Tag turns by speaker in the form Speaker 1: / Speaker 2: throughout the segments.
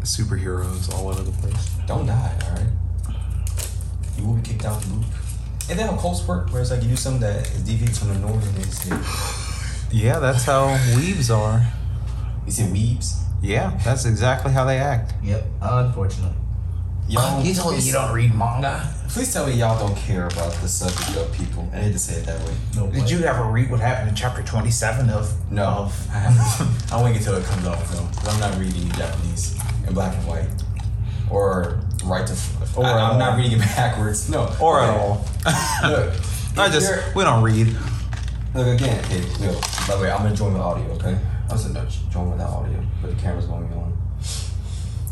Speaker 1: superheroes all over the place.
Speaker 2: Don't die, all right? You will be kicked out of the loop. And then on Cold Work, where it's like you do something that is deviates from the norm, and it's like,
Speaker 1: Yeah, that's how weaves are.
Speaker 2: you see weebs.
Speaker 1: Yeah, that's exactly how they act.
Speaker 3: Yep, unfortunately.
Speaker 1: Ah,
Speaker 2: Y'all,
Speaker 3: you told me
Speaker 2: please-
Speaker 3: you don't read manga?
Speaker 2: Please tell me y'all don't care about the subject of people. I hate to say it that way.
Speaker 3: No Did you ever read what happened in chapter 27 of.
Speaker 2: No,
Speaker 3: Of,
Speaker 2: I haven't. I won't until it comes off though, because I'm not reading Japanese in black and white, or right to. Or
Speaker 1: Or at
Speaker 2: I, am
Speaker 1: all.
Speaker 2: not reading it backwards. No,
Speaker 1: Or at
Speaker 2: okay.
Speaker 1: all.
Speaker 2: Look,
Speaker 1: I
Speaker 2: if
Speaker 1: just
Speaker 2: you're-
Speaker 1: we don't read.
Speaker 2: Look again, hey, Will. By the way, I'm enjoying the audio, okay? I was not enjoying without audio, but the camera's going on.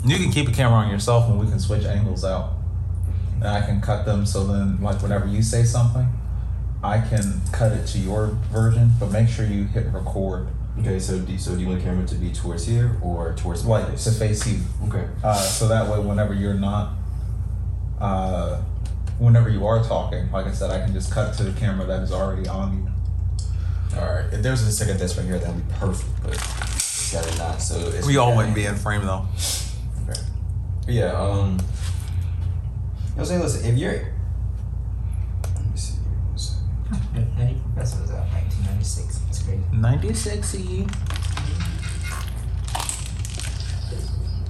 Speaker 1: You can keep a camera on yourself and we can switch angles out. And I can cut them so then like whenever you say something, I can cut it to your version, but make sure you hit record
Speaker 2: Okay, so do, so do you want the camera to be towards here or towards my
Speaker 1: like
Speaker 2: face?
Speaker 1: to face you.
Speaker 2: Okay.
Speaker 1: Uh, so that way whenever you're not uh, whenever you are talking, like I said, I can just cut to the camera that is already on you.
Speaker 2: All right. If there was a second desk right here, that would be perfect, but it's gotta not. So it's
Speaker 1: in frame though.
Speaker 2: Okay. But yeah. Um. I was saying, listen, if you're. Let me see. here, one second.
Speaker 3: Eddie Professor was out in 1996. That's crazy.
Speaker 1: Ninety sexy.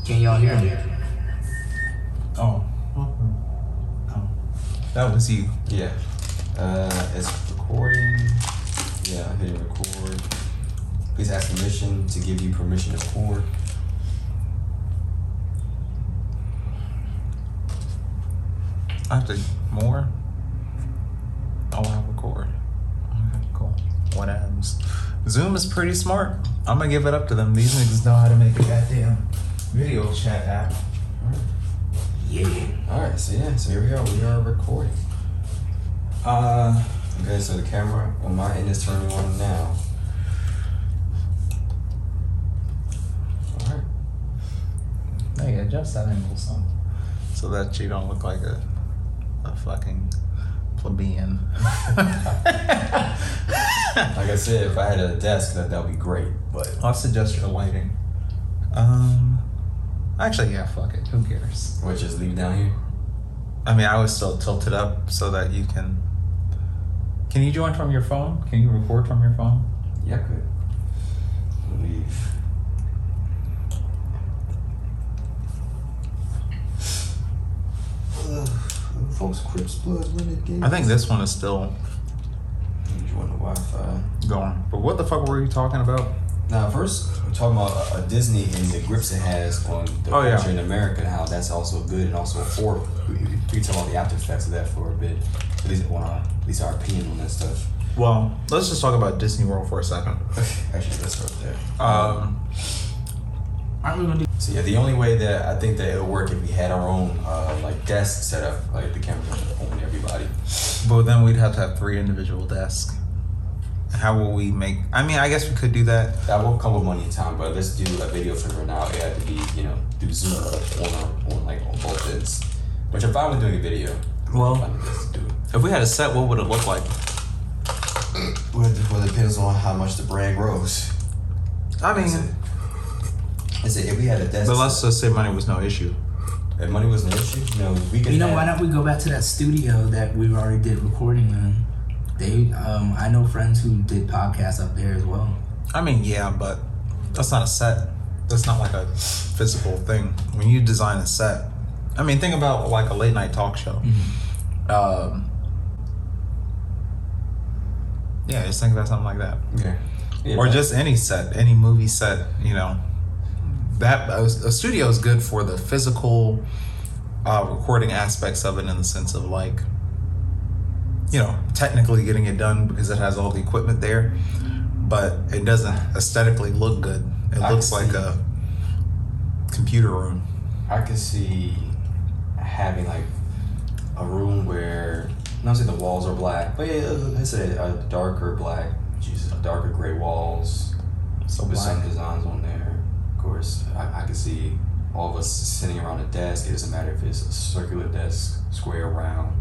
Speaker 3: Can y'all hear me?
Speaker 1: Oh. oh. That was E. you.
Speaker 2: Yeah. Uh, it's recording. Yeah, I'm hitting record. Please ask permission to give you permission to record.
Speaker 1: I have to more. Oh, I record. Okay, cool. What happens? Zoom is pretty smart. I'm gonna give it up to them. These niggas know how to make a goddamn video chat app.
Speaker 3: Yeah.
Speaker 2: All right. So yeah. So here we are. We are recording.
Speaker 1: Uh,
Speaker 2: Okay. So the camera on my end is turning on now. All right.
Speaker 1: hey, adjust that angle some, so that you don't look like a a fucking plebeian.
Speaker 2: Like I said, if I had a desk, that that would be great. But
Speaker 1: I'll suggest your lighting. Um, actually, yeah, fuck it. Who cares?
Speaker 2: what? Just leave it down here.
Speaker 1: I mean, I was still tilted up so that you can. Can you join from your phone? Can you record from your phone?
Speaker 2: Yeah, I could. Leave. Ugh, folks, Crips Blood Renegades.
Speaker 1: I think this one is still
Speaker 2: Join the Wi-Fi.
Speaker 1: going. But what the fuck were you talking about?
Speaker 2: Now, first, we're talking about uh, Disney and the grips it has on the
Speaker 1: Oh, yeah.
Speaker 2: culture in America and how that's also good and also for. We, we can talk about the after effects of that for a bit. At least, on our, at least our opinion on that stuff.
Speaker 1: Well, let's just talk about Disney World for a second.
Speaker 2: Actually, let's start there.
Speaker 1: Um,
Speaker 3: Aren't we gonna do.
Speaker 2: So yeah, the only way that I think that it'll work if we had our own uh, like desk set up, like the camera on everybody.
Speaker 1: but then we'd have to have three individual desks. How will we make? I mean, I guess we could do that.
Speaker 2: That will come with money and time, but let's do a video for right now. It had to be you know through Zoom on our, on like on both ends, which I'm fine with doing a video. I
Speaker 1: Well,
Speaker 2: think that's to do.
Speaker 1: if we had a set, what would it look like?
Speaker 2: Well, it well, it depends on how much the brand grows.
Speaker 1: I mean,
Speaker 3: Mm-hmm.
Speaker 2: I said if we had a desk,
Speaker 1: but let's just say money was no issue.
Speaker 2: if money was an issue, no, we could.
Speaker 3: You know,
Speaker 2: have-
Speaker 3: why not we go back to that studio that we already did recording in? They, um, I know friends who did podcasts up there as well.
Speaker 1: I mean, yeah, but that's not a set. That's not like a physical thing. When you design a set, I mean, think about like a late night talk show. Um, yeah, just think about something like that,
Speaker 2: Okay. Yeah,
Speaker 1: or
Speaker 2: but-
Speaker 1: just any set, any movie set. You know, that a, a studio is good for the physical uh, recording aspects of it, in the sense of like, you know, technically getting it done because it has all the equipment there, but it doesn't aesthetically look good. It
Speaker 2: I
Speaker 1: looks
Speaker 2: see.
Speaker 1: like a computer room.
Speaker 2: I could see having like a room where not say the walls are black, but yeah, let's say a darker black, Jesus, darker gray walls
Speaker 1: So
Speaker 2: with some
Speaker 1: black.
Speaker 2: designs on there. Of course, I, I could see all of us sitting around a desk. It doesn't matter if it's a circular desk, square, round,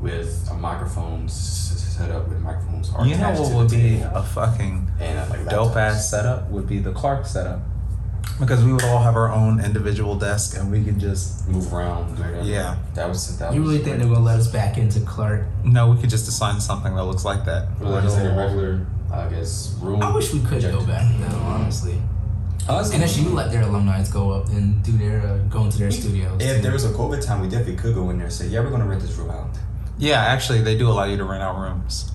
Speaker 2: with a microphone s- s- set up with microphones. are
Speaker 1: You know
Speaker 2: attached
Speaker 1: what
Speaker 2: to
Speaker 1: would
Speaker 2: the
Speaker 1: be
Speaker 2: table
Speaker 1: a fucking
Speaker 2: and uh, like
Speaker 1: dope
Speaker 2: laptops.
Speaker 1: ass setup would be the Clark setup. because we would all have our own individual desk and we could just
Speaker 2: move around. Whatever.
Speaker 1: yeah.
Speaker 2: That was that
Speaker 3: You
Speaker 2: was
Speaker 3: really think they're gonna let us back into Clark?
Speaker 1: No, we could just assign something that looks like that.
Speaker 2: Or like just like a regular, I guess, room.
Speaker 3: I wish we could go
Speaker 2: projector.
Speaker 3: back though, honestly.
Speaker 2: Us
Speaker 3: And actually, you let their alumni go up and do their uh, go into their studios.
Speaker 2: If
Speaker 3: too.
Speaker 2: there was a COVID time, we definitely could go in there and say, yeah, we're going to rent this room out.
Speaker 1: Yeah, actually, they do allow you to rent out rooms.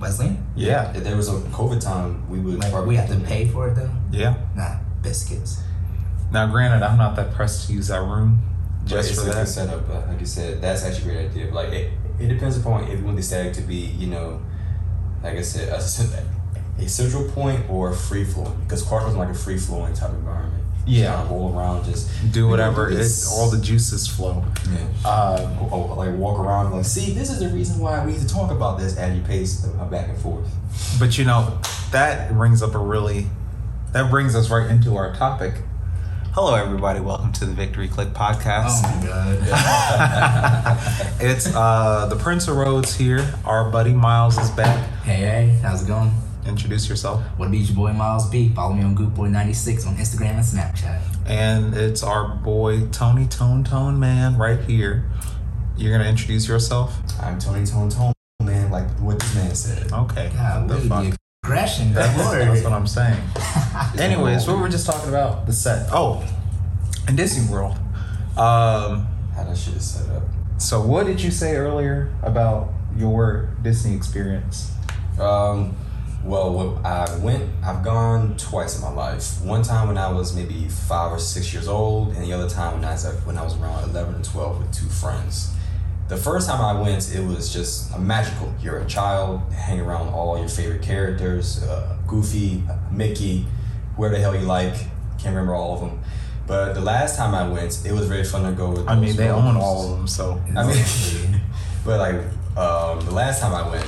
Speaker 3: Wesley,
Speaker 1: Yeah.
Speaker 2: If there was a COVID time, we would
Speaker 3: like we have to pay for it though.
Speaker 1: Yeah.
Speaker 3: Nah, biscuits.
Speaker 1: Now, granted, I'm not that pressed to use that room just
Speaker 2: just it's
Speaker 1: for
Speaker 2: a good
Speaker 1: that.
Speaker 2: setup. uh, Like you said, that's actually a great idea. But like it, it depends upon if you want the static to be, you know, like I said, a, cen- a central point or free flowing. Because Clark was like a free flowing type environment.
Speaker 1: Yeah.
Speaker 2: Kinda roll around, just
Speaker 1: Do whatever. Um,
Speaker 2: It's-
Speaker 1: It's all the juices flow.
Speaker 2: uh, go- oh, like walk around, like see, this is the reason why we need to talk about this at your pace, uh, back and forth.
Speaker 1: But you know, that brings up a really that brings us right into our topic. Hello, everybody. Welcome to the Victory Click
Speaker 3: Oh
Speaker 1: podcast.
Speaker 3: my god.
Speaker 1: it's uh, the Prince of Roads here. Our buddy Miles is back.
Speaker 3: hey, hey, how's it going?
Speaker 1: Introduce yourself.
Speaker 3: What about your boy Miles B? Follow me on GoopBoy96 on Instagram and Snapchat.
Speaker 1: And it's our boy Tony Tone Tone Man right here. You're gonna introduce yourself?
Speaker 2: I'm Tony Tone Tone, man. Like what this man said.
Speaker 1: Okay.
Speaker 3: God,
Speaker 1: the
Speaker 3: look at the aggression, good
Speaker 1: That's, that's what
Speaker 3: lord.
Speaker 1: I'm saying. Anyways, what we were just talking about the set. Oh, in Disney World. Um,
Speaker 2: How that shit is set up.
Speaker 1: So, what did you say earlier about your Disney experience?
Speaker 2: Um, well, what I went, I've gone twice in my life. One time when I was maybe five or six years old, and the other time when I was when I was around eleven or twelve with two friends. The first time I went, it was just a magical. You're a child, hang around all your favorite characters, uh, Goofy, Mickey, whoever the hell you like. Can't remember all of them. But the last time I went, it was very fun to go with.
Speaker 1: I mean,
Speaker 2: those
Speaker 1: they own
Speaker 2: rollers.
Speaker 1: all of them, so
Speaker 2: I mean, but like um, the last time I went,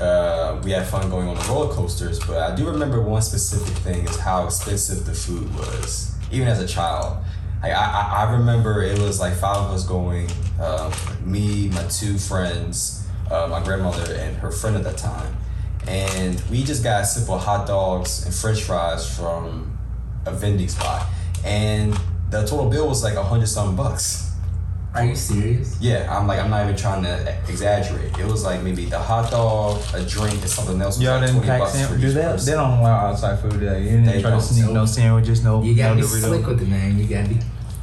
Speaker 2: uh, we had fun going on the roller coasters. But I do remember one specific thing is how expensive the food was, even as a child. Like, I, I I remember it was like five of us going, um, me, my two friends, uh, my grandmother, and her friend at that time, and we just got simple hot dogs and French fries from a vending spot, and the total bill was like a hundred something bucks.
Speaker 3: Are you serious?
Speaker 2: Yeah, I'm like I'm not even trying to exaggerate. It was like maybe the hot dog, a drink, and something else. was
Speaker 1: y'all
Speaker 2: like
Speaker 1: didn't
Speaker 2: 20
Speaker 1: pack
Speaker 2: bucks for
Speaker 1: sandwiches. Do
Speaker 2: each
Speaker 1: that? They
Speaker 2: person.
Speaker 1: don't allow outside food. Today. You didn't
Speaker 2: They
Speaker 1: try to
Speaker 2: don't.
Speaker 1: sneak no sandwiches, no,
Speaker 3: You gotta
Speaker 1: no
Speaker 3: be slick
Speaker 1: Dorito.
Speaker 3: with it, man. You gotta be.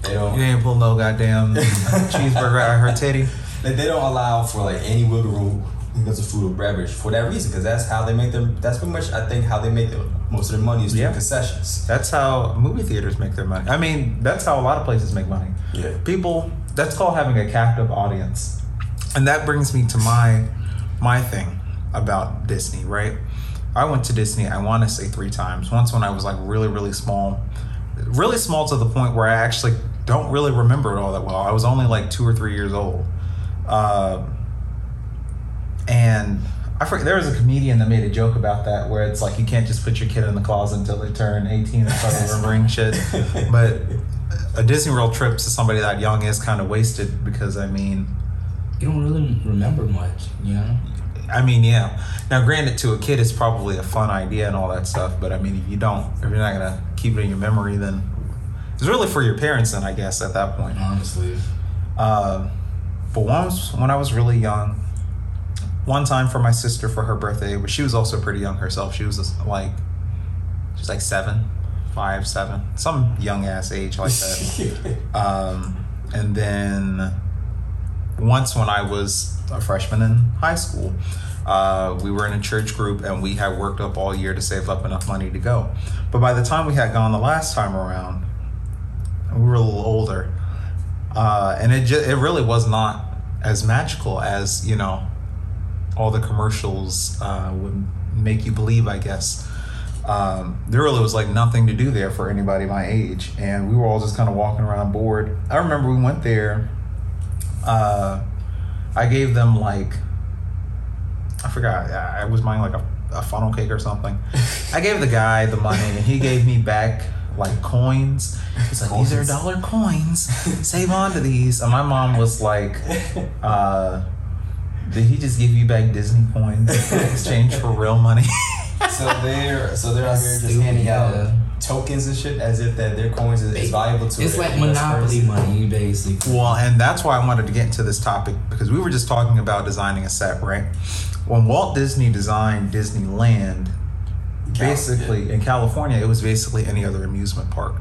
Speaker 2: They
Speaker 1: You
Speaker 2: don't.
Speaker 1: didn't pull no goddamn cheeseburger out of her titty.
Speaker 2: They, they don't allow for like any wiggle room because of food or beverage for that reason. Because that's how they make their. That's pretty much I think how they make their, most of their money is through
Speaker 1: Yeah.
Speaker 2: concessions.
Speaker 1: That's how movie theaters make their money. I mean, that's how a lot of places make money.
Speaker 2: Yeah.
Speaker 1: people that's called having a captive audience and that brings me to my my thing about disney right i went to disney i want to say three times once when i was like really really small really small to the point where i actually don't really remember it all that well i was only like two or three years old uh, and I forget, there was a comedian that made a joke about that where it's like you can't just put your kid in the closet until they turn 18 and start remembering shit. But a Disney World trip to somebody that young is kind of wasted because I mean,
Speaker 3: You don't really remember much, you know.
Speaker 1: I mean, yeah. Now, granted, to a kid, it's probably a fun idea and all that stuff. But I mean, if you don't, if you're not gonna keep it in your memory, then it's really for your parents. Then I guess at that point.
Speaker 3: Honestly,
Speaker 1: Uh, but once when I was really young, one time for my sister for her birthday, but she was also pretty young herself. She was just, like, she's like seven, five, seven, some young ass age like that. um, and then once when I was a freshman in high school, uh, we were in a church group and we had worked up all year to save up enough money to go. But by the time we had gone the last time around, we were a little older, uh, and it just, it really was not as magical as you know all the commercials uh, would make you believe, I guess. Um, there really was like nothing to do there for anybody my age, and we were all just kind of walking around bored. I remember we went there. Uh, I gave them like I forgot. I I was buying like a, a funnel cake or something. I gave the guy the money, and he gave me back like coins. He's like, "These are
Speaker 2: Coins.
Speaker 1: dollar coins. Save on to these." And my mom was like, uh, "Did he just give you back Disney coins in exchange for real money?"
Speaker 2: so they're so they're out here just
Speaker 3: Stupid,
Speaker 2: handing out
Speaker 3: yeah.
Speaker 2: tokens and shit as if that their coins is, is valuable to
Speaker 3: It's
Speaker 2: their
Speaker 3: like
Speaker 2: best
Speaker 3: monopoly
Speaker 2: person.
Speaker 3: money, basically.
Speaker 1: Well, and that's why I wanted to get into this topic because we were just talking about designing a set, right? When Walt Disney designed Disneyland,
Speaker 2: Cal-
Speaker 1: basically in California, it was basically any other amusement park.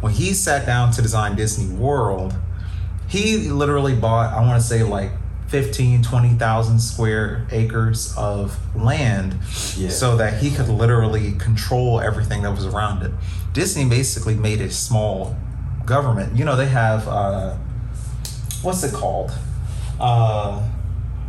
Speaker 1: When he sat down to design Disney World, he literally bought, I want to say, like 15, 20,000 square acres of land
Speaker 2: Yeah.
Speaker 1: so that he could literally control everything that was around it. Disney basically made a small government. You know, they have, uh, what's it called? Uh,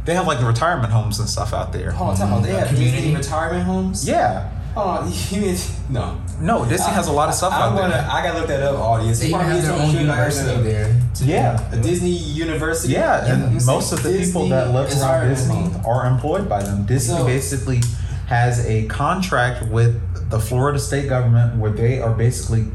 Speaker 1: they have like the retirement homes and stuff out there.
Speaker 2: Hold on, time out. They have
Speaker 3: Community-
Speaker 2: Mm, community retirement homes.
Speaker 1: Yeah.
Speaker 2: Hold on, you mean no?
Speaker 1: Oh, No, Disney has a lot of stuff
Speaker 2: I,
Speaker 1: out
Speaker 2: am gonna,
Speaker 1: there.
Speaker 2: I gotta look that up, audience.
Speaker 3: They even
Speaker 2: Probably
Speaker 3: have their
Speaker 2: some
Speaker 3: own
Speaker 2: shit like
Speaker 3: university
Speaker 2: that.
Speaker 3: there. too.
Speaker 1: Yeah.
Speaker 2: A Disney University.
Speaker 1: Yeah, and
Speaker 2: You see,
Speaker 1: most of the people
Speaker 2: Disney
Speaker 1: that live
Speaker 2: is
Speaker 1: around
Speaker 2: hiring
Speaker 1: Disney
Speaker 2: them.
Speaker 1: are employed by them. Disney
Speaker 2: So-
Speaker 1: basically has a contract with the Florida state government where they are basically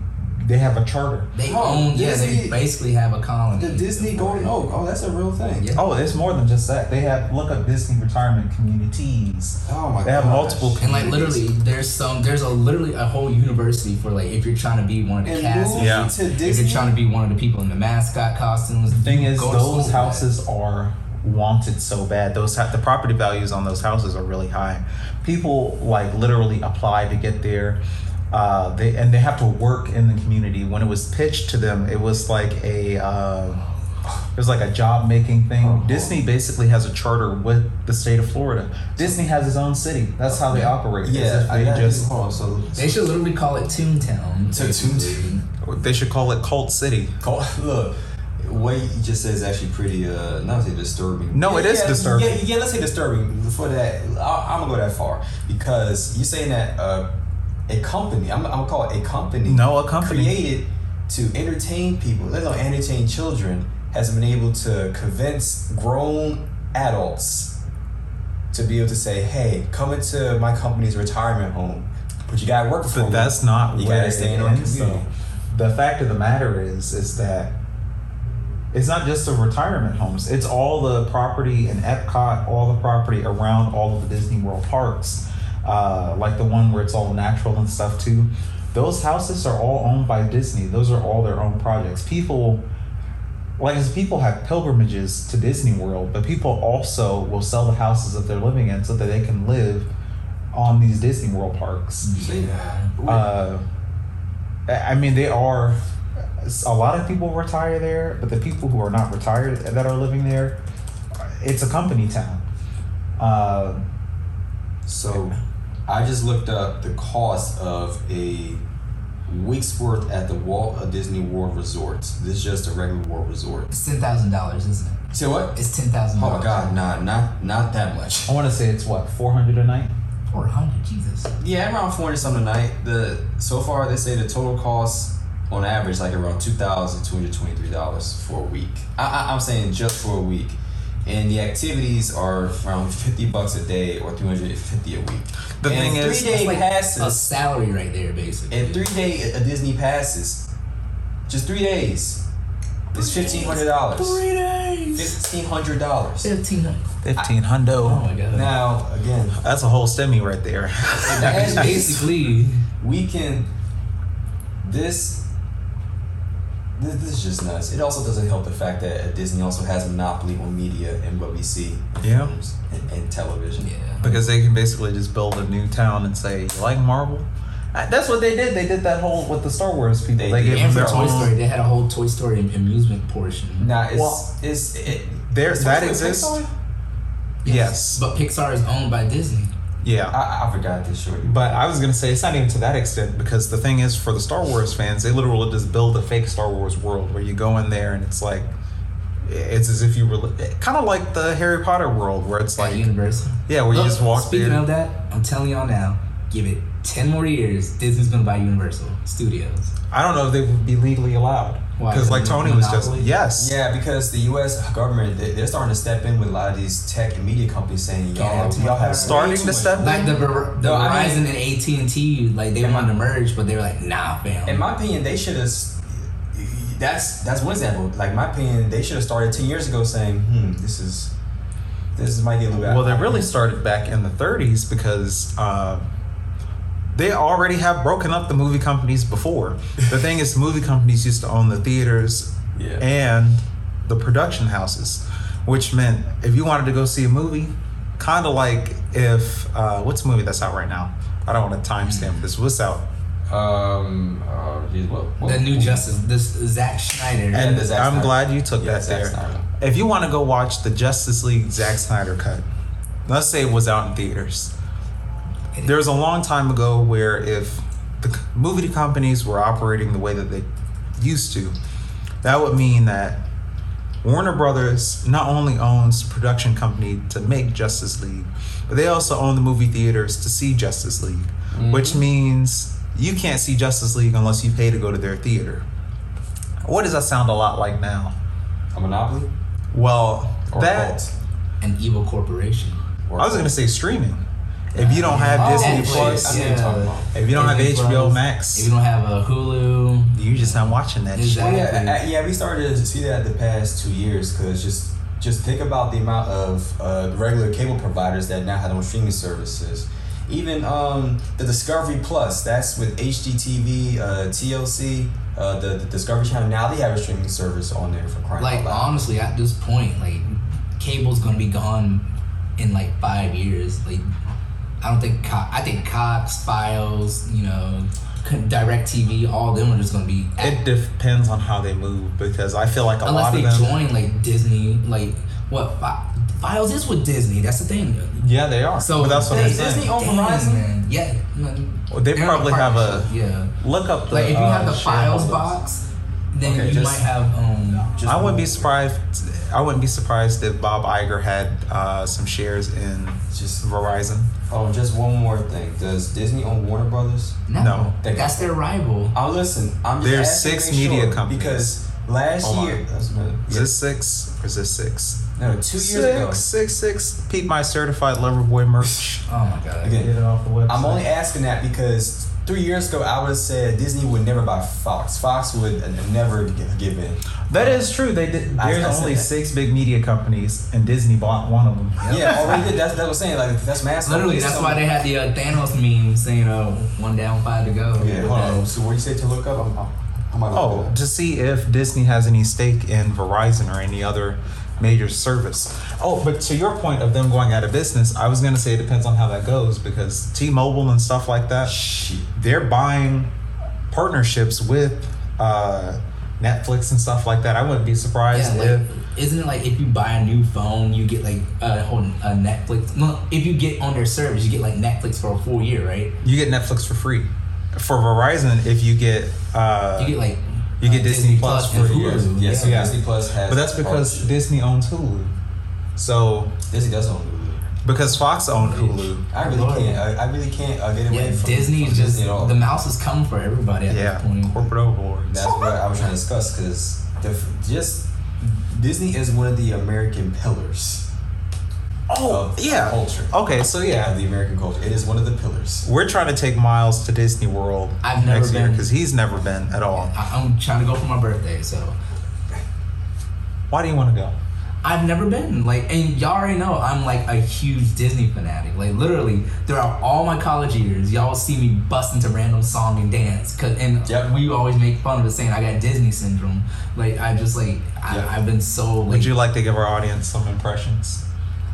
Speaker 1: they have a charter.
Speaker 3: They
Speaker 2: Oh,
Speaker 3: own, yeah, they
Speaker 2: Disney-
Speaker 3: basically have a colony.
Speaker 2: The Disney Golden Oak. Oh, that's a real thing.
Speaker 3: Yeah.
Speaker 1: Oh, it's more than just that. They have look up Disney retirement communities.
Speaker 2: Oh my god.
Speaker 1: They have multiple
Speaker 3: And like literally, there's some, there's a literally a whole university for like if you're trying to be one of the
Speaker 2: And
Speaker 3: cast,
Speaker 2: move
Speaker 1: Yeah.
Speaker 2: to
Speaker 3: if you're
Speaker 2: Disney.
Speaker 3: trying to be one of the people in the mascot costumes.
Speaker 1: The thing is,
Speaker 3: go to school
Speaker 1: those
Speaker 3: for that.
Speaker 1: houses are wanted so bad. Those ha- the property values on those houses are really high. People like literally apply to get there. Uh, they and they have to work in the community. When it was pitched to them, it was like a uh, it was like a job making thing.
Speaker 2: Oh,
Speaker 1: Disney basically has a charter with the state of Florida. Disney has its own city. That's how they operate. is
Speaker 2: Yeah,
Speaker 1: if
Speaker 2: I
Speaker 1: they
Speaker 2: gotta
Speaker 1: just
Speaker 2: do- hold on, so-
Speaker 3: They should literally call it Toontown.
Speaker 2: To Toon-
Speaker 3: basically.
Speaker 1: they should call it Cult City.
Speaker 2: Call, look, what you just said is actually pretty, uh, not say disturbing.
Speaker 1: No, it is
Speaker 2: yeah,
Speaker 1: disturbing.
Speaker 2: Yeah, yeah, let's say disturbing. For that, I, I'm gonna go that far because you're saying that uh, a company, I'm, I'm gonna call it a company,
Speaker 1: No, a company.
Speaker 2: created to entertain people, let alone entertain children, has been able to convince grown adults to be able to say, "Hey, come into my company's retirement home, but you gotta work for
Speaker 1: But
Speaker 2: me."
Speaker 1: that's not
Speaker 2: You
Speaker 1: where
Speaker 2: gotta
Speaker 1: it
Speaker 2: stay in our
Speaker 1: ends, though.
Speaker 2: community.
Speaker 1: The fact of the matter is, is that it's not just the retirement homes. It's all the property in Epcot, all the property around all of the Disney World parks, uh, like the one where it's all natural and stuff too. Those houses are all owned by Disney. Those are all their own projects. People, like, as people have pilgrimages to Disney World, but people also will sell the houses that they're living in so that they can live on these Disney World parks.
Speaker 3: Yeah.
Speaker 1: Uh, I I mean, they are. A lot of people retire there, but the people who are not retired that are living there, it's a company town. Uh,
Speaker 2: So I just looked up the cost of a week's worth at the Walt uh, Disney World Resort. This is just a regular World Resort.
Speaker 3: It's ten thousand dollars, isn't it?
Speaker 2: Say what?
Speaker 3: It's ten thousand.
Speaker 2: Oh my God, nah, not not that much.
Speaker 1: I want to say it's what four hundred a night.
Speaker 3: Four hundred, Jesus.
Speaker 2: Yeah, around four hundred something a night. The so far they say the total cost on average like around two thousand two hundred twenty three dollars for a week. I, I, I'm saying just for a week, and the activities are around fifty bucks a day or three hundred fifty a week.
Speaker 1: The
Speaker 2: And
Speaker 1: thing is-
Speaker 2: three day
Speaker 3: It's like
Speaker 2: passes.
Speaker 3: a salary right there, basically.
Speaker 2: And three day a Disney passes, just three days, it's fifteen hundred dollars.
Speaker 3: days.
Speaker 2: Fifteen hundred dollars.
Speaker 3: Fifteen hundred.
Speaker 1: Fifteen
Speaker 3: Oh
Speaker 1: hundo.
Speaker 3: my god.
Speaker 2: Now again,
Speaker 1: That's a whole stemmy right there.
Speaker 3: That is basically
Speaker 2: we can. This. This, this is just nuts. It also doesn't help the fact that uh, Disney also has a monopoly on media and what we see, in
Speaker 1: Yeah.
Speaker 2: films and, and television.
Speaker 3: yeah.
Speaker 1: because they can basically just build a new town and say, "You like Marvel?" Uh, That's what they did. They did that whole with the Star Wars people.
Speaker 2: They
Speaker 1: They,
Speaker 2: did.
Speaker 1: gave them
Speaker 3: And for
Speaker 1: their
Speaker 3: Toy
Speaker 1: own.
Speaker 3: Story, they had a whole Toy Story amusement portion.
Speaker 2: Now it's
Speaker 1: Well,
Speaker 2: it's it,
Speaker 1: there-
Speaker 2: it's
Speaker 1: that
Speaker 2: Pixar?
Speaker 1: exists. yes.
Speaker 3: But Pixar is owned by Disney.
Speaker 1: Yeah.
Speaker 2: I, I forgot this short.
Speaker 1: But I was gonna say it's not even to that extent because the thing is, for the Star Wars fans, they literally just build a fake Star Wars world where you go in there and it's like, it's as if you were kind of like the Harry Potter world where it's
Speaker 3: Like
Speaker 1: like,
Speaker 3: Universal.
Speaker 1: yeah, where you
Speaker 3: Look,
Speaker 1: just walk
Speaker 3: Speaking
Speaker 1: there.
Speaker 3: of that, I'm telling y'all now, give it ten more years, Disney's gonna buy Universal Studios.
Speaker 1: I don't know if they would be legally allowed
Speaker 3: Why,
Speaker 1: because like
Speaker 3: the
Speaker 1: Tony was just
Speaker 3: monopoly?
Speaker 1: yes,
Speaker 2: Yeah, because the U.S. government they- they're starting to step in with a lot of these tech and media companies saying
Speaker 3: Yeah,
Speaker 2: y'all,
Speaker 3: it's
Speaker 2: y'all have
Speaker 1: Starting
Speaker 2: way
Speaker 1: to
Speaker 2: too much
Speaker 1: step
Speaker 2: money."
Speaker 3: Like the, Ver- the
Speaker 2: No, I
Speaker 3: Verizon
Speaker 2: mean-
Speaker 3: and AT and T, like they wanted to merge, but they were like, nah, fam.
Speaker 2: In my opinion, they should have. That's that's one example. Like my opinion, they should have started ten years ago saying, "Hmm, this is this is might get a little bit."
Speaker 1: Well, they really started back in the 30s because uh, they already have broken up the movie companies before. The thing is, movie companies used to own the theaters
Speaker 2: Yeah.
Speaker 1: and the production houses, which meant if you wanted to go see a movie, kind of like if uh, what's a movie that's out right now? I don't want to timestamp this. What's out?
Speaker 2: Um. Uh, geez, what, what,
Speaker 3: The new Justice, this Zack Schneider.
Speaker 1: And
Speaker 2: the Zack
Speaker 1: I'm
Speaker 2: Snyder.
Speaker 1: glad you took
Speaker 2: Yeah,
Speaker 1: that
Speaker 2: Zack
Speaker 1: there.
Speaker 2: Snyder.
Speaker 1: If you want to go watch the Justice League Zack Snyder cut, let's say it was out in theaters. There was a long time ago where if the c- movie companies were operating the way that they used to, that would mean that Warner Brothers not only owns the production company to make Justice League, but they also own the movie theaters to see Justice League, which means you can't see Justice League unless you pay to go to their theater. What does that sound a lot like now?
Speaker 2: A monopoly.
Speaker 1: Well,
Speaker 2: Or
Speaker 1: that
Speaker 2: cult?
Speaker 3: An evil corporation.
Speaker 2: Or
Speaker 1: I was gonna
Speaker 2: cult?
Speaker 1: say streaming. If you don't have
Speaker 3: Oh,
Speaker 1: Disney
Speaker 3: Netflix,
Speaker 1: Plus,
Speaker 2: I know what you're talking about.
Speaker 1: if you don't have
Speaker 3: Disney
Speaker 1: HBO
Speaker 3: Plus, If
Speaker 1: Max,
Speaker 3: you don't have a Hulu,
Speaker 1: you just not watching that shit.
Speaker 3: Exactly.
Speaker 2: Well, yeah, uh, yeah, we started to see that the past two years because just just think about the amount of uh, regular cable providers that now have their own streaming services. Even um, the Discovery Plus, that's with HGTV, uh, TLC, uh, the, the Discovery Channel. Now they have a streaming service on there for crying
Speaker 3: like
Speaker 2: out loud.
Speaker 3: honestly, at this point, like cable's gonna be gone in like five years. Like I don't think Co- I think Cox, Files, you know, Direct TV, all of them are just gonna be. At,
Speaker 1: It depends on how they move because I feel like a
Speaker 3: unless
Speaker 1: lot
Speaker 3: they
Speaker 1: of them.
Speaker 3: join like Disney, like what Fi- Files is with Disney. That's the thing.
Speaker 1: Yeah, they are.
Speaker 3: So
Speaker 1: So that's what
Speaker 3: they-
Speaker 1: I'm
Speaker 2: Disney
Speaker 1: saying.
Speaker 2: own
Speaker 3: Damn,
Speaker 2: Verizon?
Speaker 3: man. Yeah. no,
Speaker 1: Well, they
Speaker 3: they're in
Speaker 1: probably have a-
Speaker 3: partnership, yeah.
Speaker 1: Look up the.
Speaker 3: Like if you
Speaker 1: uh,
Speaker 3: have the Files
Speaker 1: shareholders.
Speaker 3: box, then
Speaker 2: Okay,
Speaker 3: you
Speaker 2: just-
Speaker 3: might have um.
Speaker 2: Just
Speaker 1: I wouldn't be
Speaker 2: move.
Speaker 1: surprised. I wouldn't be surprised if Bob Iger had uh, some shares in
Speaker 2: Just
Speaker 1: Verizon.
Speaker 2: oh, just one more thing. Does Disney own Warner Brothers?
Speaker 3: No,
Speaker 1: No.
Speaker 3: that's their rival.
Speaker 2: Oh, listen, I'm just
Speaker 1: There's
Speaker 2: asking to
Speaker 1: six
Speaker 2: make
Speaker 1: media
Speaker 2: sure,
Speaker 1: companies.
Speaker 2: because last
Speaker 1: Hold on.
Speaker 2: year, that's another-
Speaker 1: Is this six or is this six?
Speaker 2: no, two
Speaker 1: Six,
Speaker 2: years
Speaker 1: six, six. Peep my certified lover boy merch.
Speaker 3: Oh my god.
Speaker 2: Again,
Speaker 1: it off the website.
Speaker 2: I'm only asking that because three years ago I would have said Disney would never buy Fox. Fox would uh, never gi- give in.
Speaker 1: That is true. They did.
Speaker 2: I-
Speaker 1: There's
Speaker 2: I said
Speaker 1: only
Speaker 2: that.
Speaker 1: six big media companies, and Disney bought one of them.
Speaker 2: Yeah, already did. That's that was saying like that's massive.
Speaker 3: Literally, that's why they had the uh, Thanos meme saying, "Oh, one down, five to go."
Speaker 2: Yeah, hold on. So what you say to look up? I'm, I'm, I'm
Speaker 1: Oh, to see if Disney has any stake in Verizon or any other major service. Oh, but to your point of them going out of business, I was going to say it depends on how that goes because T-Mobile and stuff like that,
Speaker 2: shit.
Speaker 1: they're buying partnerships with uh, Netflix and stuff like that. I wouldn't be surprised
Speaker 3: Yeah, like,
Speaker 1: if
Speaker 3: isn't it like if you buy a new phone, you get like a whole a Netflix? No, if you get on their service, you get like Netflix for a full year, right?
Speaker 1: you get Netflix for free. For Verizon, if you get uh,
Speaker 3: You get like uh,
Speaker 1: You get Disney Plus
Speaker 3: and
Speaker 1: for a year.
Speaker 2: Yes,
Speaker 3: Hulu.
Speaker 2: yes so
Speaker 1: Yeah.
Speaker 2: Disney Plus has.
Speaker 1: But that's because
Speaker 2: partnership.
Speaker 1: Disney owns Hulu. So
Speaker 2: Disney does own Hulu.
Speaker 1: because Fox owned Hulu,
Speaker 2: I really
Speaker 3: Lord.
Speaker 2: can't. I, I really can't uh, get away
Speaker 3: Yeah,
Speaker 2: from
Speaker 3: Disney
Speaker 2: from
Speaker 3: is just
Speaker 2: Disney at all.
Speaker 3: the mouse is coming for everybody at
Speaker 1: yeah,
Speaker 3: this point.
Speaker 1: corporate overlords.
Speaker 2: That's what I was trying to discuss because just Disney is one of the American pillars.
Speaker 1: Oh
Speaker 2: of
Speaker 1: yeah.
Speaker 2: culture.
Speaker 1: Okay, so
Speaker 2: Yeah,
Speaker 1: yeah,
Speaker 2: the American culture. It is one of the pillars.
Speaker 1: we're trying to take Miles to Disney World
Speaker 3: I've never
Speaker 1: next year
Speaker 3: been.
Speaker 1: because he's never been at all.
Speaker 3: I, I'm trying to go for my birthday, so
Speaker 1: Why do you want to go?
Speaker 3: I've never been like, and y'all already know I'm like a huge Disney fanatic. Like literally, throughout all my college years, y'all see me bust into random song and dance. Cause and
Speaker 2: Yep.
Speaker 3: we always make fun of it saying I got Disney syndrome. Like I just like
Speaker 2: Yep.
Speaker 3: I, I've been so like.
Speaker 1: Would you like to give our audience some impressions?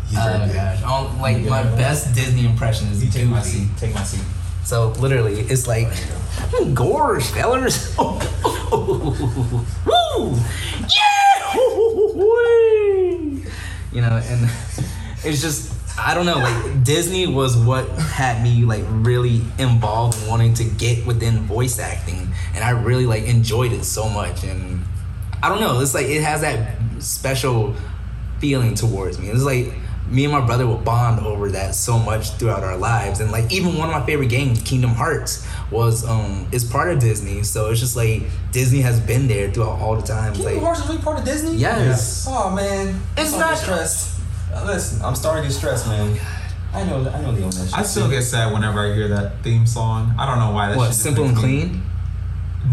Speaker 2: He's very
Speaker 3: Oh
Speaker 2: big.
Speaker 3: gosh! Oh, like
Speaker 2: Yeah.
Speaker 3: my best Disney impression is Goofy.
Speaker 1: Take my seat.
Speaker 3: So literally, it's like, "Hmm, gorge, fellers. Oh, Woo! Yeah! You know, and it's just, I don't know, like Disney was what had me like really involved in wanting to get within voice acting. And I really like enjoyed it so much. And I don't know, it's like, it has that special feeling towards me. It's like me and my brother will bond over that so much throughout our lives. And like even one of my favorite games, Kingdom Hearts, was um is part of Disney. So it's just like Disney has been there throughout all the time. It's
Speaker 2: Kingdom
Speaker 3: Like
Speaker 2: Hearts is really part of Disney?
Speaker 3: Yes.
Speaker 2: Oh man.
Speaker 3: It's
Speaker 2: I'm starting to
Speaker 3: not-
Speaker 2: get stressed. Uh, listen, I'm starting to get stressed, man. I know I know they own that shit.
Speaker 1: I still get sad whenever I hear that theme song. I don't know why. That shit
Speaker 3: what,
Speaker 1: just
Speaker 3: simple and
Speaker 1: makes me-
Speaker 3: clean?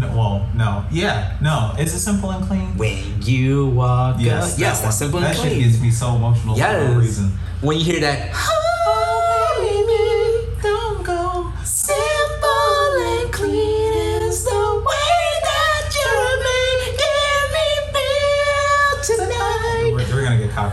Speaker 1: No, well, no. Yeah, no. Is it simple and clean?
Speaker 3: When you walk yes, out.
Speaker 1: that
Speaker 3: Yes,
Speaker 1: one.
Speaker 3: that's simple
Speaker 1: that
Speaker 3: and
Speaker 1: shit
Speaker 3: clean.
Speaker 1: gets me so emotional for
Speaker 3: Yes.
Speaker 1: no reason.
Speaker 3: When you hear that, "Oh, baby, don't go simple
Speaker 1: copyright.
Speaker 2: Yeah, you get caught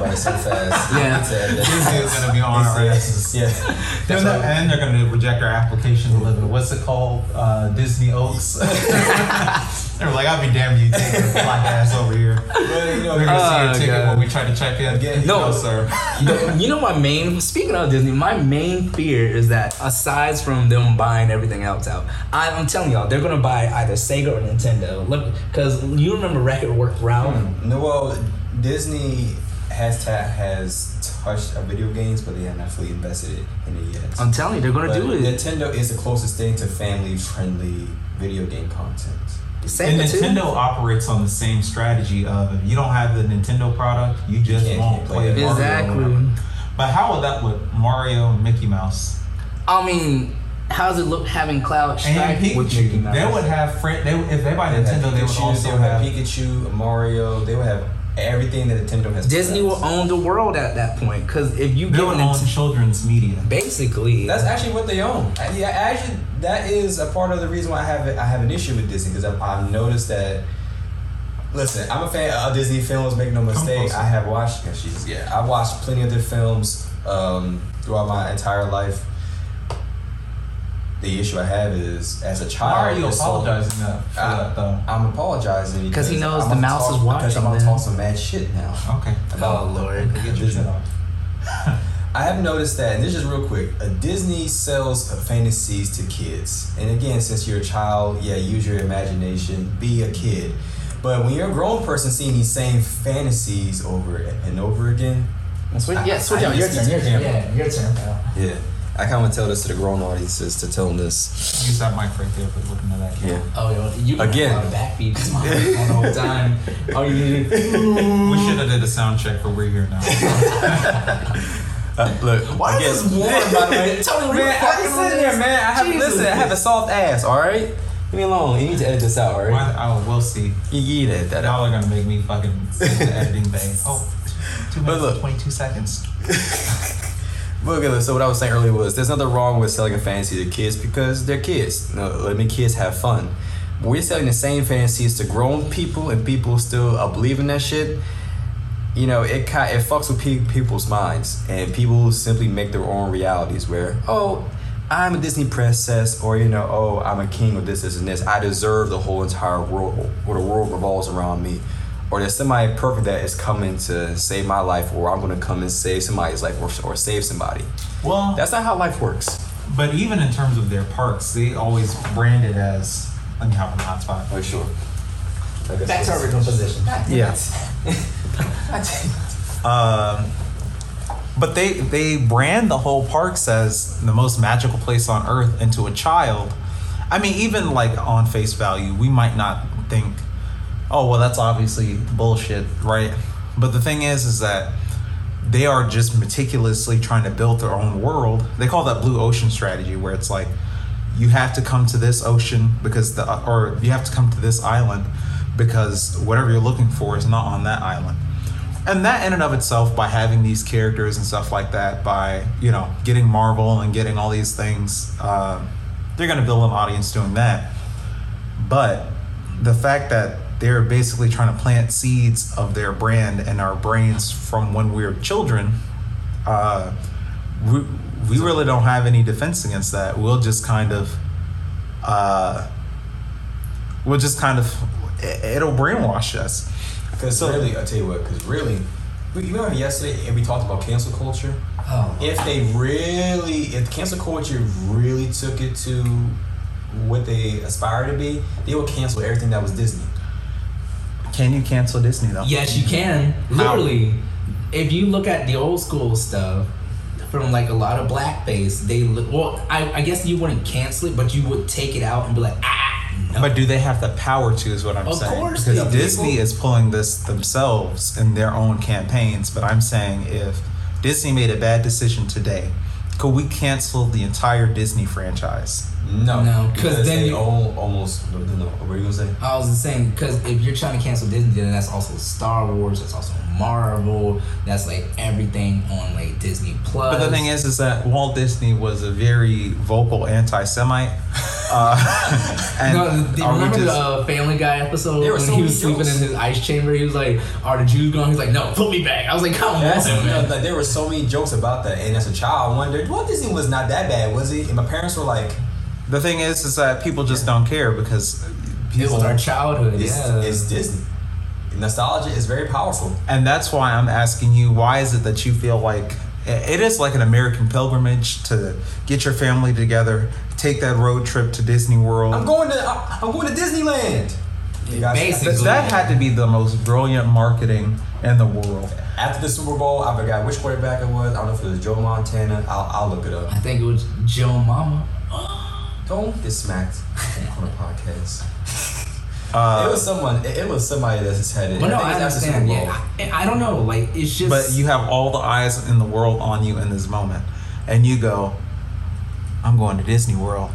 Speaker 2: by it so fast.
Speaker 3: Yeah.
Speaker 2: It's, uh, that's-
Speaker 1: Disney is gonna be on our asses.
Speaker 2: Yeah.
Speaker 1: They're
Speaker 2: That's
Speaker 1: not-
Speaker 2: why-
Speaker 1: and they're going to reject our application. We'll live in- What's it called? Uh, Disney Oaks. they're like, I'll be damned if you take your black ass over here.
Speaker 2: But, you know,
Speaker 1: We're going to
Speaker 3: Oh,
Speaker 1: see your ticket
Speaker 3: God.
Speaker 1: when we try to check in.
Speaker 2: Again,
Speaker 1: no,
Speaker 3: No.
Speaker 1: sir.
Speaker 3: You know- you know my main speaking of Disney, my main fear is that aside from them buying everything else out, I, I'm telling y'all, they're gonna buy either Sega or Nintendo. Look, because you remember Record Work Ralph.
Speaker 1: Hmm.
Speaker 2: No, well, Disney has ta- has touched our video games, but they have not fully invested it in it yet.
Speaker 3: I'm telling you, they're gonna
Speaker 2: But
Speaker 3: do it.
Speaker 2: Nintendo is the closest thing to family friendly video game content.
Speaker 1: And
Speaker 3: Sega too.
Speaker 1: Nintendo operates on the same strategy of if you don't have the Nintendo product, you just
Speaker 2: can't
Speaker 1: won't play
Speaker 2: play it.
Speaker 1: Mario or
Speaker 3: Exactly.
Speaker 1: whatever. But how would that with Mario and Mickey Mouse?
Speaker 3: I mean, how's it look having Cloud
Speaker 1: And
Speaker 3: Strife with Mickey
Speaker 1: Pikachu.
Speaker 3: Mouse?
Speaker 1: They would have friend. They would- if they buy
Speaker 2: They would have
Speaker 1: Nintendo, they would
Speaker 2: Pikachu,
Speaker 1: also
Speaker 2: they would have
Speaker 1: have.
Speaker 2: Pikachu, Mario. They would have everything that Nintendo has.
Speaker 3: Disney
Speaker 2: put out.
Speaker 3: will own the world at that point. Because if you
Speaker 1: They
Speaker 3: give
Speaker 1: would
Speaker 3: Nintendo,
Speaker 1: own children's media.
Speaker 3: basically,
Speaker 2: That's actually what they own. I- Yeah, actually, that is a part of the reason why I have I have an issue with Disney because I've, I've noticed that. Listen, I'm a fan of Disney films. Make no mistake,
Speaker 1: closer.
Speaker 2: I have watched. Yeah, she's, yeah, I watched plenty of their films um, throughout my entire life. The issue I have is, as a child,
Speaker 1: Mario
Speaker 2: it's so-
Speaker 1: apologizing that for
Speaker 2: Ah.
Speaker 1: that though.
Speaker 2: I'm apologizing
Speaker 3: 'Cause he knows
Speaker 2: I'm
Speaker 3: the
Speaker 2: gonna
Speaker 3: mouse
Speaker 2: talk,
Speaker 3: is
Speaker 2: Because I'm
Speaker 3: watching,
Speaker 2: gonna
Speaker 3: man.
Speaker 2: talk some mad shit now.
Speaker 1: Okay.
Speaker 2: About
Speaker 3: Oh, Lord.
Speaker 1: Get your shit off.
Speaker 2: I have noticed that, and this is real quick. A Disney sells fantasies to kids, and again, since you're a child, yeah, use your imagination, be a kid. But when you're a grown person seeing these same fantasies over and over again,
Speaker 3: Switch,
Speaker 2: I-
Speaker 3: yeah, switch
Speaker 2: I
Speaker 3: out. Your
Speaker 2: used to
Speaker 3: turn. Your
Speaker 2: do
Speaker 3: turn.
Speaker 2: that.
Speaker 3: Yeah, your turn, pal.
Speaker 2: yeah, I kind of tell this to the grown audiences to tell them this.
Speaker 1: Use that mic right there for looking at that.
Speaker 3: Oh, yo, you
Speaker 2: Again.
Speaker 3: Again. a lot of backbeat because my microphone the whole time. Oh, you
Speaker 1: We should have did a sound check for we're here now.
Speaker 2: Uh, look,
Speaker 3: Why
Speaker 2: again-
Speaker 3: is this warm, by the way? Tell me,
Speaker 2: man, I
Speaker 3: fucking
Speaker 2: be sitting there, man. I have
Speaker 3: Jesus.
Speaker 2: listen. I have a soft ass. All right, leave me alone. You need to edit this out. All right,
Speaker 1: Why- oh, we'll see.
Speaker 2: you you edit that out.
Speaker 1: Y'all are gonna make me fucking sit in the editing thing. Oh, two
Speaker 2: But
Speaker 1: minutes
Speaker 2: look.
Speaker 1: and twenty-two seconds.
Speaker 2: Well, okay, so what I was saying earlier was there's nothing wrong with selling a fantasy to kids because they're kids. No, let me kids have fun. We're selling the same fantasies to grown people, and people still uh, believe in that shit. You know, it ki it fucks with pe- people's minds, and people simply make their own realities. Where oh, I'm a Disney princess, or you know, oh, I'm a king, or this, this, and this. I deserve the whole entire world, or the world revolves around me. Or there's somebody perfect that is coming to save my life, or I'm gonna come and save somebody's life, or, or save somebody.
Speaker 1: Well,
Speaker 2: That's not how life works.
Speaker 1: but even in terms of their parks, they always brand it as. Let me hop on the hot spot.
Speaker 2: Oh, sure.
Speaker 3: Back to our original position.
Speaker 1: Yeah. Um, but they they brand the whole parks as the most magical place on earth and to a child. I mean, even like on face value, we might not think, oh well, that's obviously bullshit, right? But the thing is, is that they are just meticulously trying to build their own world. They call that blue ocean strategy, where it's like you have to come to this ocean because the or you have to come to this island because whatever you're looking for is not on that island. And that in and of itself, by having these characters and stuff like that, by you know getting Marvel and getting all these things, uh, they're going to build an audience doing that. But the fact that they're basically trying to plant seeds of their brand in our brains from when we were children, uh, we, we really don't have any defense against that. We'll just kind of, uh, we'll just kind of, it- it'll brainwash us.
Speaker 2: Because
Speaker 1: So-
Speaker 2: really, I'll tell you what, because really, we, you remember yesterday and we talked about cancel culture?
Speaker 3: Oh,
Speaker 2: If they really, if cancel culture really took it to what they aspire to be, they would cancel everything that was Disney.
Speaker 1: Can you cancel Disney though?
Speaker 3: Yes, you can.
Speaker 1: How?
Speaker 3: Literally, if you look at the old school stuff from like a lot of blackface, they look. Well, I, I guess you wouldn't cancel it, but you would take it out and be like, ah, no.
Speaker 1: But do they have the power to? Is what I'm
Speaker 3: Of
Speaker 1: saying.
Speaker 3: course
Speaker 1: because
Speaker 3: they do.
Speaker 1: Disney is pulling this themselves in their own campaigns. But I'm saying if Disney made a bad decision today, could we cancel the entire Disney franchise?
Speaker 2: No,
Speaker 3: No, 'cause then
Speaker 2: they
Speaker 3: you-
Speaker 2: all almost. No, no, what were you gonna say?
Speaker 3: I was just saying because if you're trying to cancel Disney, then that's also Star Wars, that's also Marvel, that's like everything on like Disney Plus.
Speaker 1: But the thing is, is that Walt Disney was a very vocal anti-Semite. Uh, and
Speaker 3: no, do you
Speaker 1: are we
Speaker 3: remember the
Speaker 1: just-
Speaker 3: uh, Family Guy episode
Speaker 2: There were
Speaker 3: when
Speaker 2: so
Speaker 3: he was
Speaker 2: many
Speaker 3: sleeping
Speaker 2: jokes.
Speaker 3: in his ice chamber? He was like, "Are the Jews gone?" He's like, "No, put me back." I was like, "Come
Speaker 2: That's,
Speaker 3: on, man."
Speaker 2: like there were so many jokes about that, and as a child, I wondered, Walt Disney was not that bad, was he? And my parents were like,
Speaker 3: uh,
Speaker 1: the thing is, is that people just don't care because
Speaker 3: It was
Speaker 1: people
Speaker 3: our childhood.
Speaker 2: "This
Speaker 3: yeah.
Speaker 2: is Disney." Nostalgia is very powerful.
Speaker 1: and that's why I'm asking you why is it that you feel like it is like an American pilgrimage to get your family together, take that road trip to Disney World.
Speaker 2: I'm going to I- I'm going to Disneyland. You guys,
Speaker 3: Basically.
Speaker 1: Th- that had to be the most brilliant marketing in the world.
Speaker 2: after the Super Bowl, I forgot which quarterback it was. I don't know if it was Joe Montana. I'll, I'll look it up.
Speaker 3: I think it was Joe Mama.
Speaker 2: Don't get smacked on a podcast.
Speaker 1: Uh,
Speaker 2: it was someone. It, it was somebody that's had it.
Speaker 3: Well, no,
Speaker 2: think
Speaker 3: I
Speaker 2: it's after the
Speaker 3: understand.
Speaker 2: Super Bowl.
Speaker 3: Yeah, I, I don't know. Like, it's just.
Speaker 1: but you have all the eyes in the world on you in this moment, and you go, "I'm going to Disney World."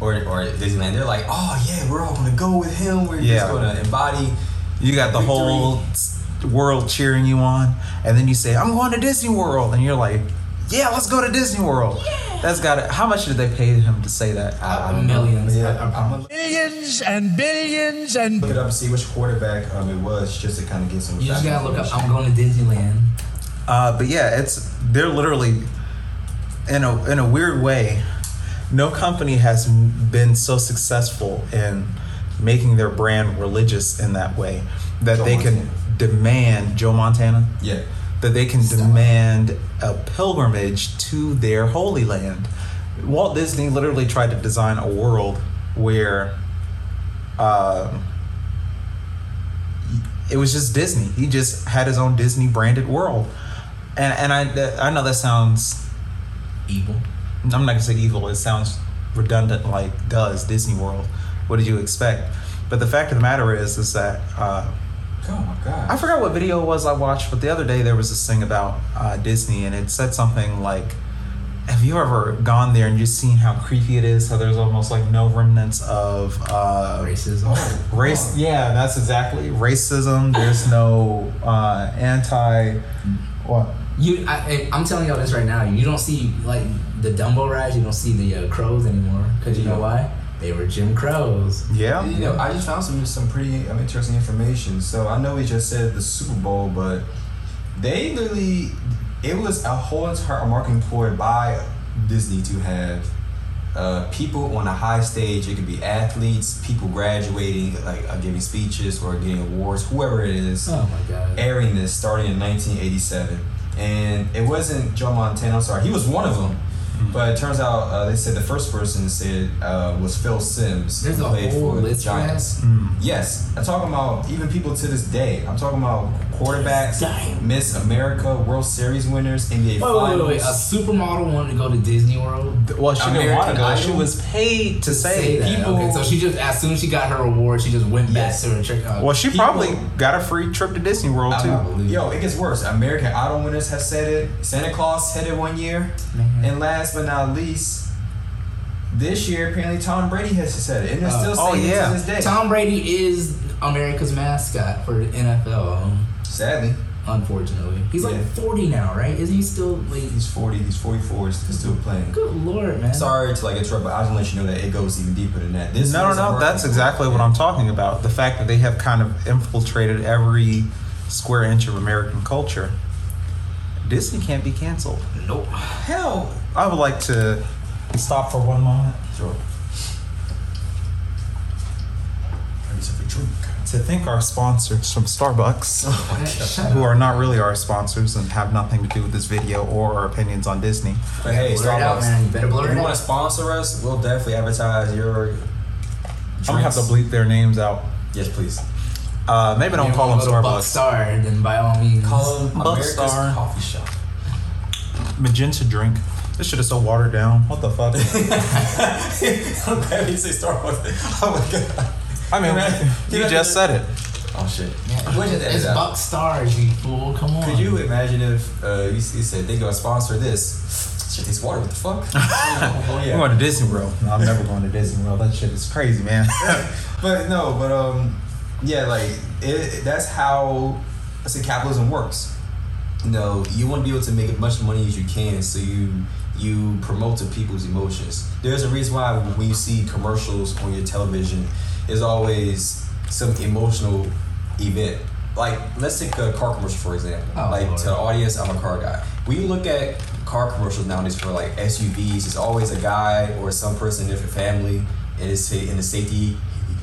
Speaker 2: Or, or at Disneyland, they're like, oh yeah, we're all gonna go with him. We're
Speaker 1: Yeah.
Speaker 2: just gonna embody.
Speaker 1: You got the
Speaker 2: Victory.
Speaker 1: whole s- world cheering you on, and then you say, "I'm going to Disney World," and you're like, "Yeah, let's go to Disney World." That's got it. How much did they pay him to say that?
Speaker 2: I,
Speaker 3: Uh, Millions.
Speaker 2: uh,
Speaker 3: uh,
Speaker 2: Yeah, I'm, I'm gonna
Speaker 4: billions and billions and
Speaker 2: look it up and see which quarterback um, it was, just to kind of get some.
Speaker 3: You just
Speaker 2: back
Speaker 3: gotta look up.
Speaker 2: information.
Speaker 3: I'm going to Disneyland.
Speaker 1: Uh, but yeah, it's they're literally in a in a weird way. No company has m- been so successful in making their brand religious in that way that
Speaker 2: Joe
Speaker 1: they can demand Joe Montana
Speaker 2: Yeah.
Speaker 1: that they can demand a pilgrimage to their holy land. Walt Disney literally tried to design a world where um, it was just Disney. He just had his own Disney branded world. And, and I, I know that sounds,
Speaker 3: Evil.
Speaker 1: I'm not gonna say evil, it sounds redundant like does Disney World. What did you expect? But the fact of the matter is, is that uh,
Speaker 2: Oh my god.
Speaker 1: I forgot what video it was I watched, but the other day there was this thing about uh, Disney, and it said something like, "Have you ever gone there and just seen how creepy it is? How there's almost like no remnants of
Speaker 3: Oh,
Speaker 1: uh,
Speaker 3: Racism.
Speaker 2: Oh,
Speaker 1: race. Yeah, that's exactly racism. There's no uh, anti. What?
Speaker 3: You, I, I- I'm telling y'all this right now. You don't see like the Dumbo rides. You don't see the uh, crows anymore. Cause you know why? They were Jim Crows.
Speaker 1: Yeah.
Speaker 2: You know, I just found some some pretty um, interesting information. So I know we just said the Super Bowl, but they literally it was a whole entire marketing ploy by Disney to have uh, people on a high stage. It could be athletes, people graduating, like uh, giving speeches or getting awards, whoever it is
Speaker 3: Oh my god.
Speaker 2: airing this starting in 1987. And it wasn't Joe Montana, I'm sorry, he was one of them. But it turns out uh, they said the first person said uh, was Phil Sims.
Speaker 3: There's
Speaker 2: who
Speaker 3: a
Speaker 2: played
Speaker 3: whole
Speaker 2: for the
Speaker 3: list for that?
Speaker 2: Giants.
Speaker 1: Hmm.
Speaker 2: Yes, I'm talking about even people to this day. I'm talking about quarterbacks,
Speaker 3: Damn.
Speaker 2: Miss America, World Series winners, NBA
Speaker 3: Wait, wait, wait,
Speaker 2: Finals.
Speaker 3: wait. A supermodel wanted to go to Disney World.
Speaker 1: Well, she didn't want to
Speaker 2: American
Speaker 1: go. She
Speaker 2: Idol?
Speaker 1: was paid to say.
Speaker 3: Say that.
Speaker 2: people-
Speaker 3: Okay, so she just as soon as she got her award, she just went back
Speaker 2: Yes.
Speaker 3: to her trick. Uh,
Speaker 1: Well, she
Speaker 2: People-
Speaker 1: probably got a free trip to Disney World
Speaker 2: I
Speaker 1: too.
Speaker 2: don't believe- Yo, it gets worse. American Idol winners have said it. Santa Claus said it one year.
Speaker 3: Mhm.
Speaker 2: And last but not least, this year apparently Tom Brady has said it. And they're
Speaker 3: Uh,
Speaker 2: still
Speaker 1: oh,
Speaker 2: saying it
Speaker 1: yeah.
Speaker 2: to this day.
Speaker 3: Tom Brady is America's mascot for the NFL.
Speaker 2: Sadly,
Speaker 3: Unfortunately, he's like
Speaker 2: Yeah.
Speaker 3: 40 now, right? Is he still like?
Speaker 2: he's 40, he's 44, he's still playing.
Speaker 3: Good lord, man.
Speaker 2: Sorry to like interrupt, but I just want to let you know that it goes even deeper than that. This
Speaker 1: No,
Speaker 2: was a
Speaker 1: no, no.
Speaker 2: marketing-
Speaker 1: That's exactly what I'm talking about. The fact that they have kind of infiltrated every square inch of American culture. Disney can't be canceled.
Speaker 3: Nope.
Speaker 1: Hell, I would like to stop for one moment
Speaker 2: Sure. Grab yourself a drink.
Speaker 1: to thank our sponsors from Starbucks,
Speaker 3: Shut
Speaker 1: who
Speaker 3: up.
Speaker 1: are not really our sponsors and have nothing to do with this video or our opinions on Disney.
Speaker 2: But hey,
Speaker 3: Blur it out,
Speaker 2: Starbucks.
Speaker 3: man. You better blur
Speaker 2: If
Speaker 3: it
Speaker 2: you want
Speaker 3: out.
Speaker 2: to sponsor us, we'll definitely advertise your.
Speaker 1: I'm gonna have to
Speaker 2: drinks.
Speaker 1: bleep their names out.
Speaker 2: Yes, please.
Speaker 1: Uh, maybe don't
Speaker 3: You
Speaker 1: call them
Speaker 3: wanna go to Buck
Speaker 1: Starbucks.
Speaker 3: Star, then by all means.
Speaker 2: Call them America's
Speaker 1: Buckstar.
Speaker 2: Coffee Shop.
Speaker 1: Magenta drink. This shit is so watered down. What the fuck?
Speaker 2: I'm glad you say Starbucks. Oh my god.
Speaker 1: I mean, you just said it.
Speaker 2: Oh shit.
Speaker 3: Yeah,
Speaker 2: What is that?
Speaker 3: it's Buck Stars, you fool. Come on.
Speaker 2: Could you imagine if uh, you, s- you said they gonna sponsor this? Shit, tastes water. What the fuck? oh
Speaker 1: I'm going to Disney World. No, I'm never going to Disney World. That shit is crazy, man.
Speaker 2: But no, but um, yeah, like it, that's how I say capitalism works. You know, you want to be able to make as much money as you can, so you you promoted people's emotions. There's a reason why when you see commercials on your television, there's always some emotional event. Like let's take a car commercial for example.
Speaker 3: Oh,
Speaker 2: like
Speaker 3: Lord.
Speaker 2: to the audience, I'm a car guy. When you look at car commercials nowadays for like SUVs, it's always a guy or some person in their family in his in the safety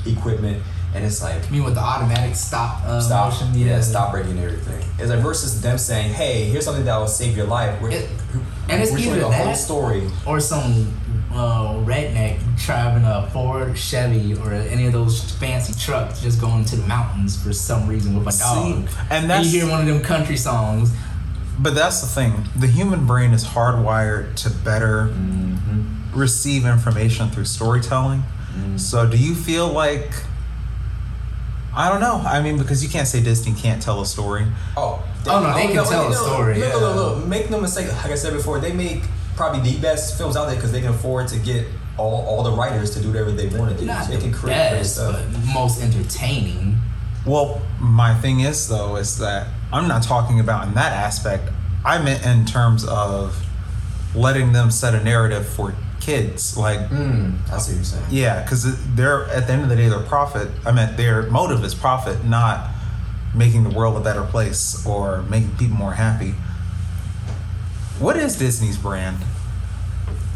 Speaker 2: equipment, and it's like
Speaker 3: I mean, with the automatic stop uh,
Speaker 2: stop,
Speaker 3: motion,
Speaker 2: yeah, stop breaking and everything. It's like versus them saying, "Hey, here's something that will save your life." We're,
Speaker 3: It- and it's
Speaker 2: we're showing
Speaker 3: either
Speaker 2: the whole
Speaker 3: that-
Speaker 2: story.
Speaker 3: or some uh, redneck driving a Ford Chevy or any of those fancy trucks just going to the mountains for some reason with a dog.
Speaker 1: See, and
Speaker 3: and
Speaker 1: that's-
Speaker 3: you hear one of them country songs.
Speaker 1: But that's the thing. The human brain is hardwired to better receive information through storytelling. So, do you feel like I don't know? I mean, because you can't say Disney can't tell a story.
Speaker 2: Oh,
Speaker 3: Oh, no, they can tell a
Speaker 2: no,
Speaker 3: story,
Speaker 2: No, no, no,
Speaker 3: yeah.
Speaker 2: no, Make no mistake. Like I said before, they make probably the best films out there because they can afford to get all, all the writers to do whatever they want to do.
Speaker 3: Not
Speaker 2: so they
Speaker 3: the
Speaker 2: can create great
Speaker 3: best,
Speaker 2: stuff.
Speaker 3: but most entertaining.
Speaker 1: Well, my thing is though is that I'm not talking about in that aspect. I meant in terms of letting them set a narrative for kids, like
Speaker 2: Mm, I see what you're saying.
Speaker 1: Yeah, because they're at the end of the day, their profit. I mean, their motive is profit, not making the world a better place or making people more happy. What is Disney's brand?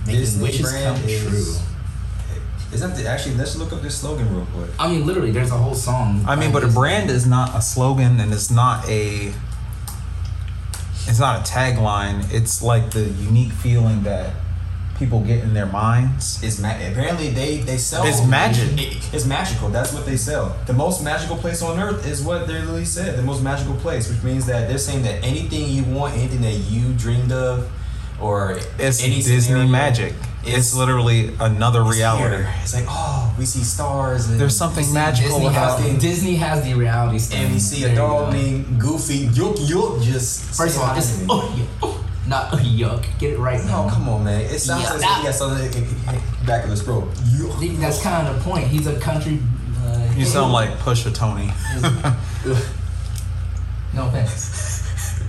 Speaker 3: Making
Speaker 2: Disney
Speaker 3: wishes
Speaker 2: brand
Speaker 3: come
Speaker 2: is-
Speaker 3: true.
Speaker 2: Is that the, actually? Let's look up this slogan real quick.
Speaker 3: I mean, literally, there's a whole song.
Speaker 1: I mean,
Speaker 3: like
Speaker 1: but a
Speaker 3: this.
Speaker 1: brand is not a slogan and it's not a it's not a tagline. It's like the unique feeling that people get in their minds.
Speaker 2: It's ma- apparently they they sell.
Speaker 1: It's magic.
Speaker 2: It's magical. That's what they sell. The most magical place on earth is what they literally said. The most magical place, which means that they're saying that anything you want, anything that you dreamed of, or
Speaker 1: It's
Speaker 2: any
Speaker 1: Disney
Speaker 2: scenario,
Speaker 1: magic. It's,
Speaker 2: It's-
Speaker 1: literally another
Speaker 2: is
Speaker 1: reality.
Speaker 2: here. It's like oh, we see stars. And
Speaker 1: There's something magical
Speaker 3: Disney
Speaker 1: about
Speaker 3: has, Disney has the reality stand.
Speaker 2: And we see
Speaker 3: There
Speaker 2: a
Speaker 3: you
Speaker 2: dog
Speaker 3: go.
Speaker 2: named Goofy. You'll you'll just
Speaker 3: First
Speaker 2: say
Speaker 3: of all,
Speaker 2: hi
Speaker 3: it's
Speaker 2: to me.
Speaker 3: oh, yeah, oh, not oh, yuck. Get it right now.
Speaker 2: Oh come on, man! It sounds
Speaker 3: Yeah,
Speaker 2: like
Speaker 3: that-
Speaker 2: he got something in- in- in- back of his throat.
Speaker 3: I think that's kind of the point. He's a country. Uh,
Speaker 1: You sound like Pusha Tony.
Speaker 3: No offense.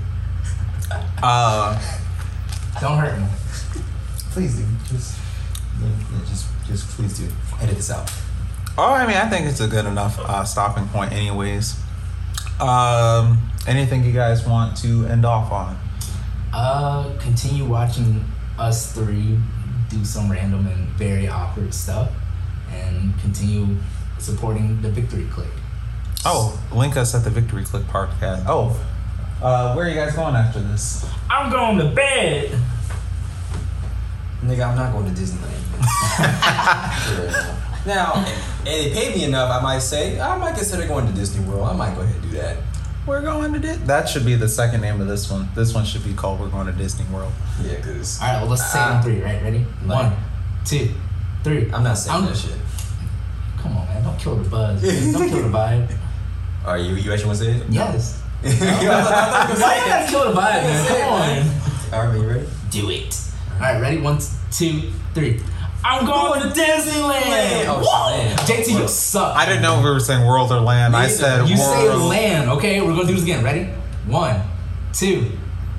Speaker 1: Uh,
Speaker 3: Don't hurt me.
Speaker 2: Please do. Just, yeah, yeah, just, just please do. Edit this out.
Speaker 1: Oh, I mean, I think it's a good enough uh, stopping point, anyways. Um, anything you guys want to end off on?
Speaker 3: Uh, continue watching us three do some random and very awkward stuff, and continue supporting the Victory Click.
Speaker 1: Oh, link us at the Victory Click podcast. Oh, uh, where are you guys going after this?
Speaker 3: I'm going to bed.
Speaker 2: Nigga, I'm not going to Disneyland. Sure. now, if they pay me enough, I might say I might consider going to Disney World. I might go ahead and do that.
Speaker 1: We're going to Disney. That should be the second name of this one. This one should be called "We're Going to Disney World."
Speaker 2: Yeah, cause
Speaker 3: All right, well, let's say them three. Right, ready?
Speaker 2: Like-
Speaker 3: One, two, three.
Speaker 2: I'm not saying
Speaker 3: I'm-
Speaker 2: that shit.
Speaker 3: Come on, man! Don't kill the buzz. man. Don't kill the vibe.
Speaker 2: Are you? You actually want to say it?
Speaker 3: Yes. Why you
Speaker 2: Alright,
Speaker 3: gotta kill the vibe, man? Come on.
Speaker 2: are you ready?
Speaker 3: do it. All right, ready? One, two, three. I'm going to Disneyland.
Speaker 2: Oh,
Speaker 3: Whoa!
Speaker 2: land.
Speaker 3: JT, you suck.
Speaker 1: I didn't know if we were saying world or land. I
Speaker 2: Neither.
Speaker 1: said
Speaker 3: You say
Speaker 1: world.
Speaker 3: land, okay? We're gonna do this again. Ready? One, two,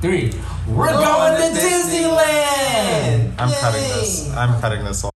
Speaker 3: three. We're, going, to Disneyland.
Speaker 1: I'm cutting this. I'm cutting this off.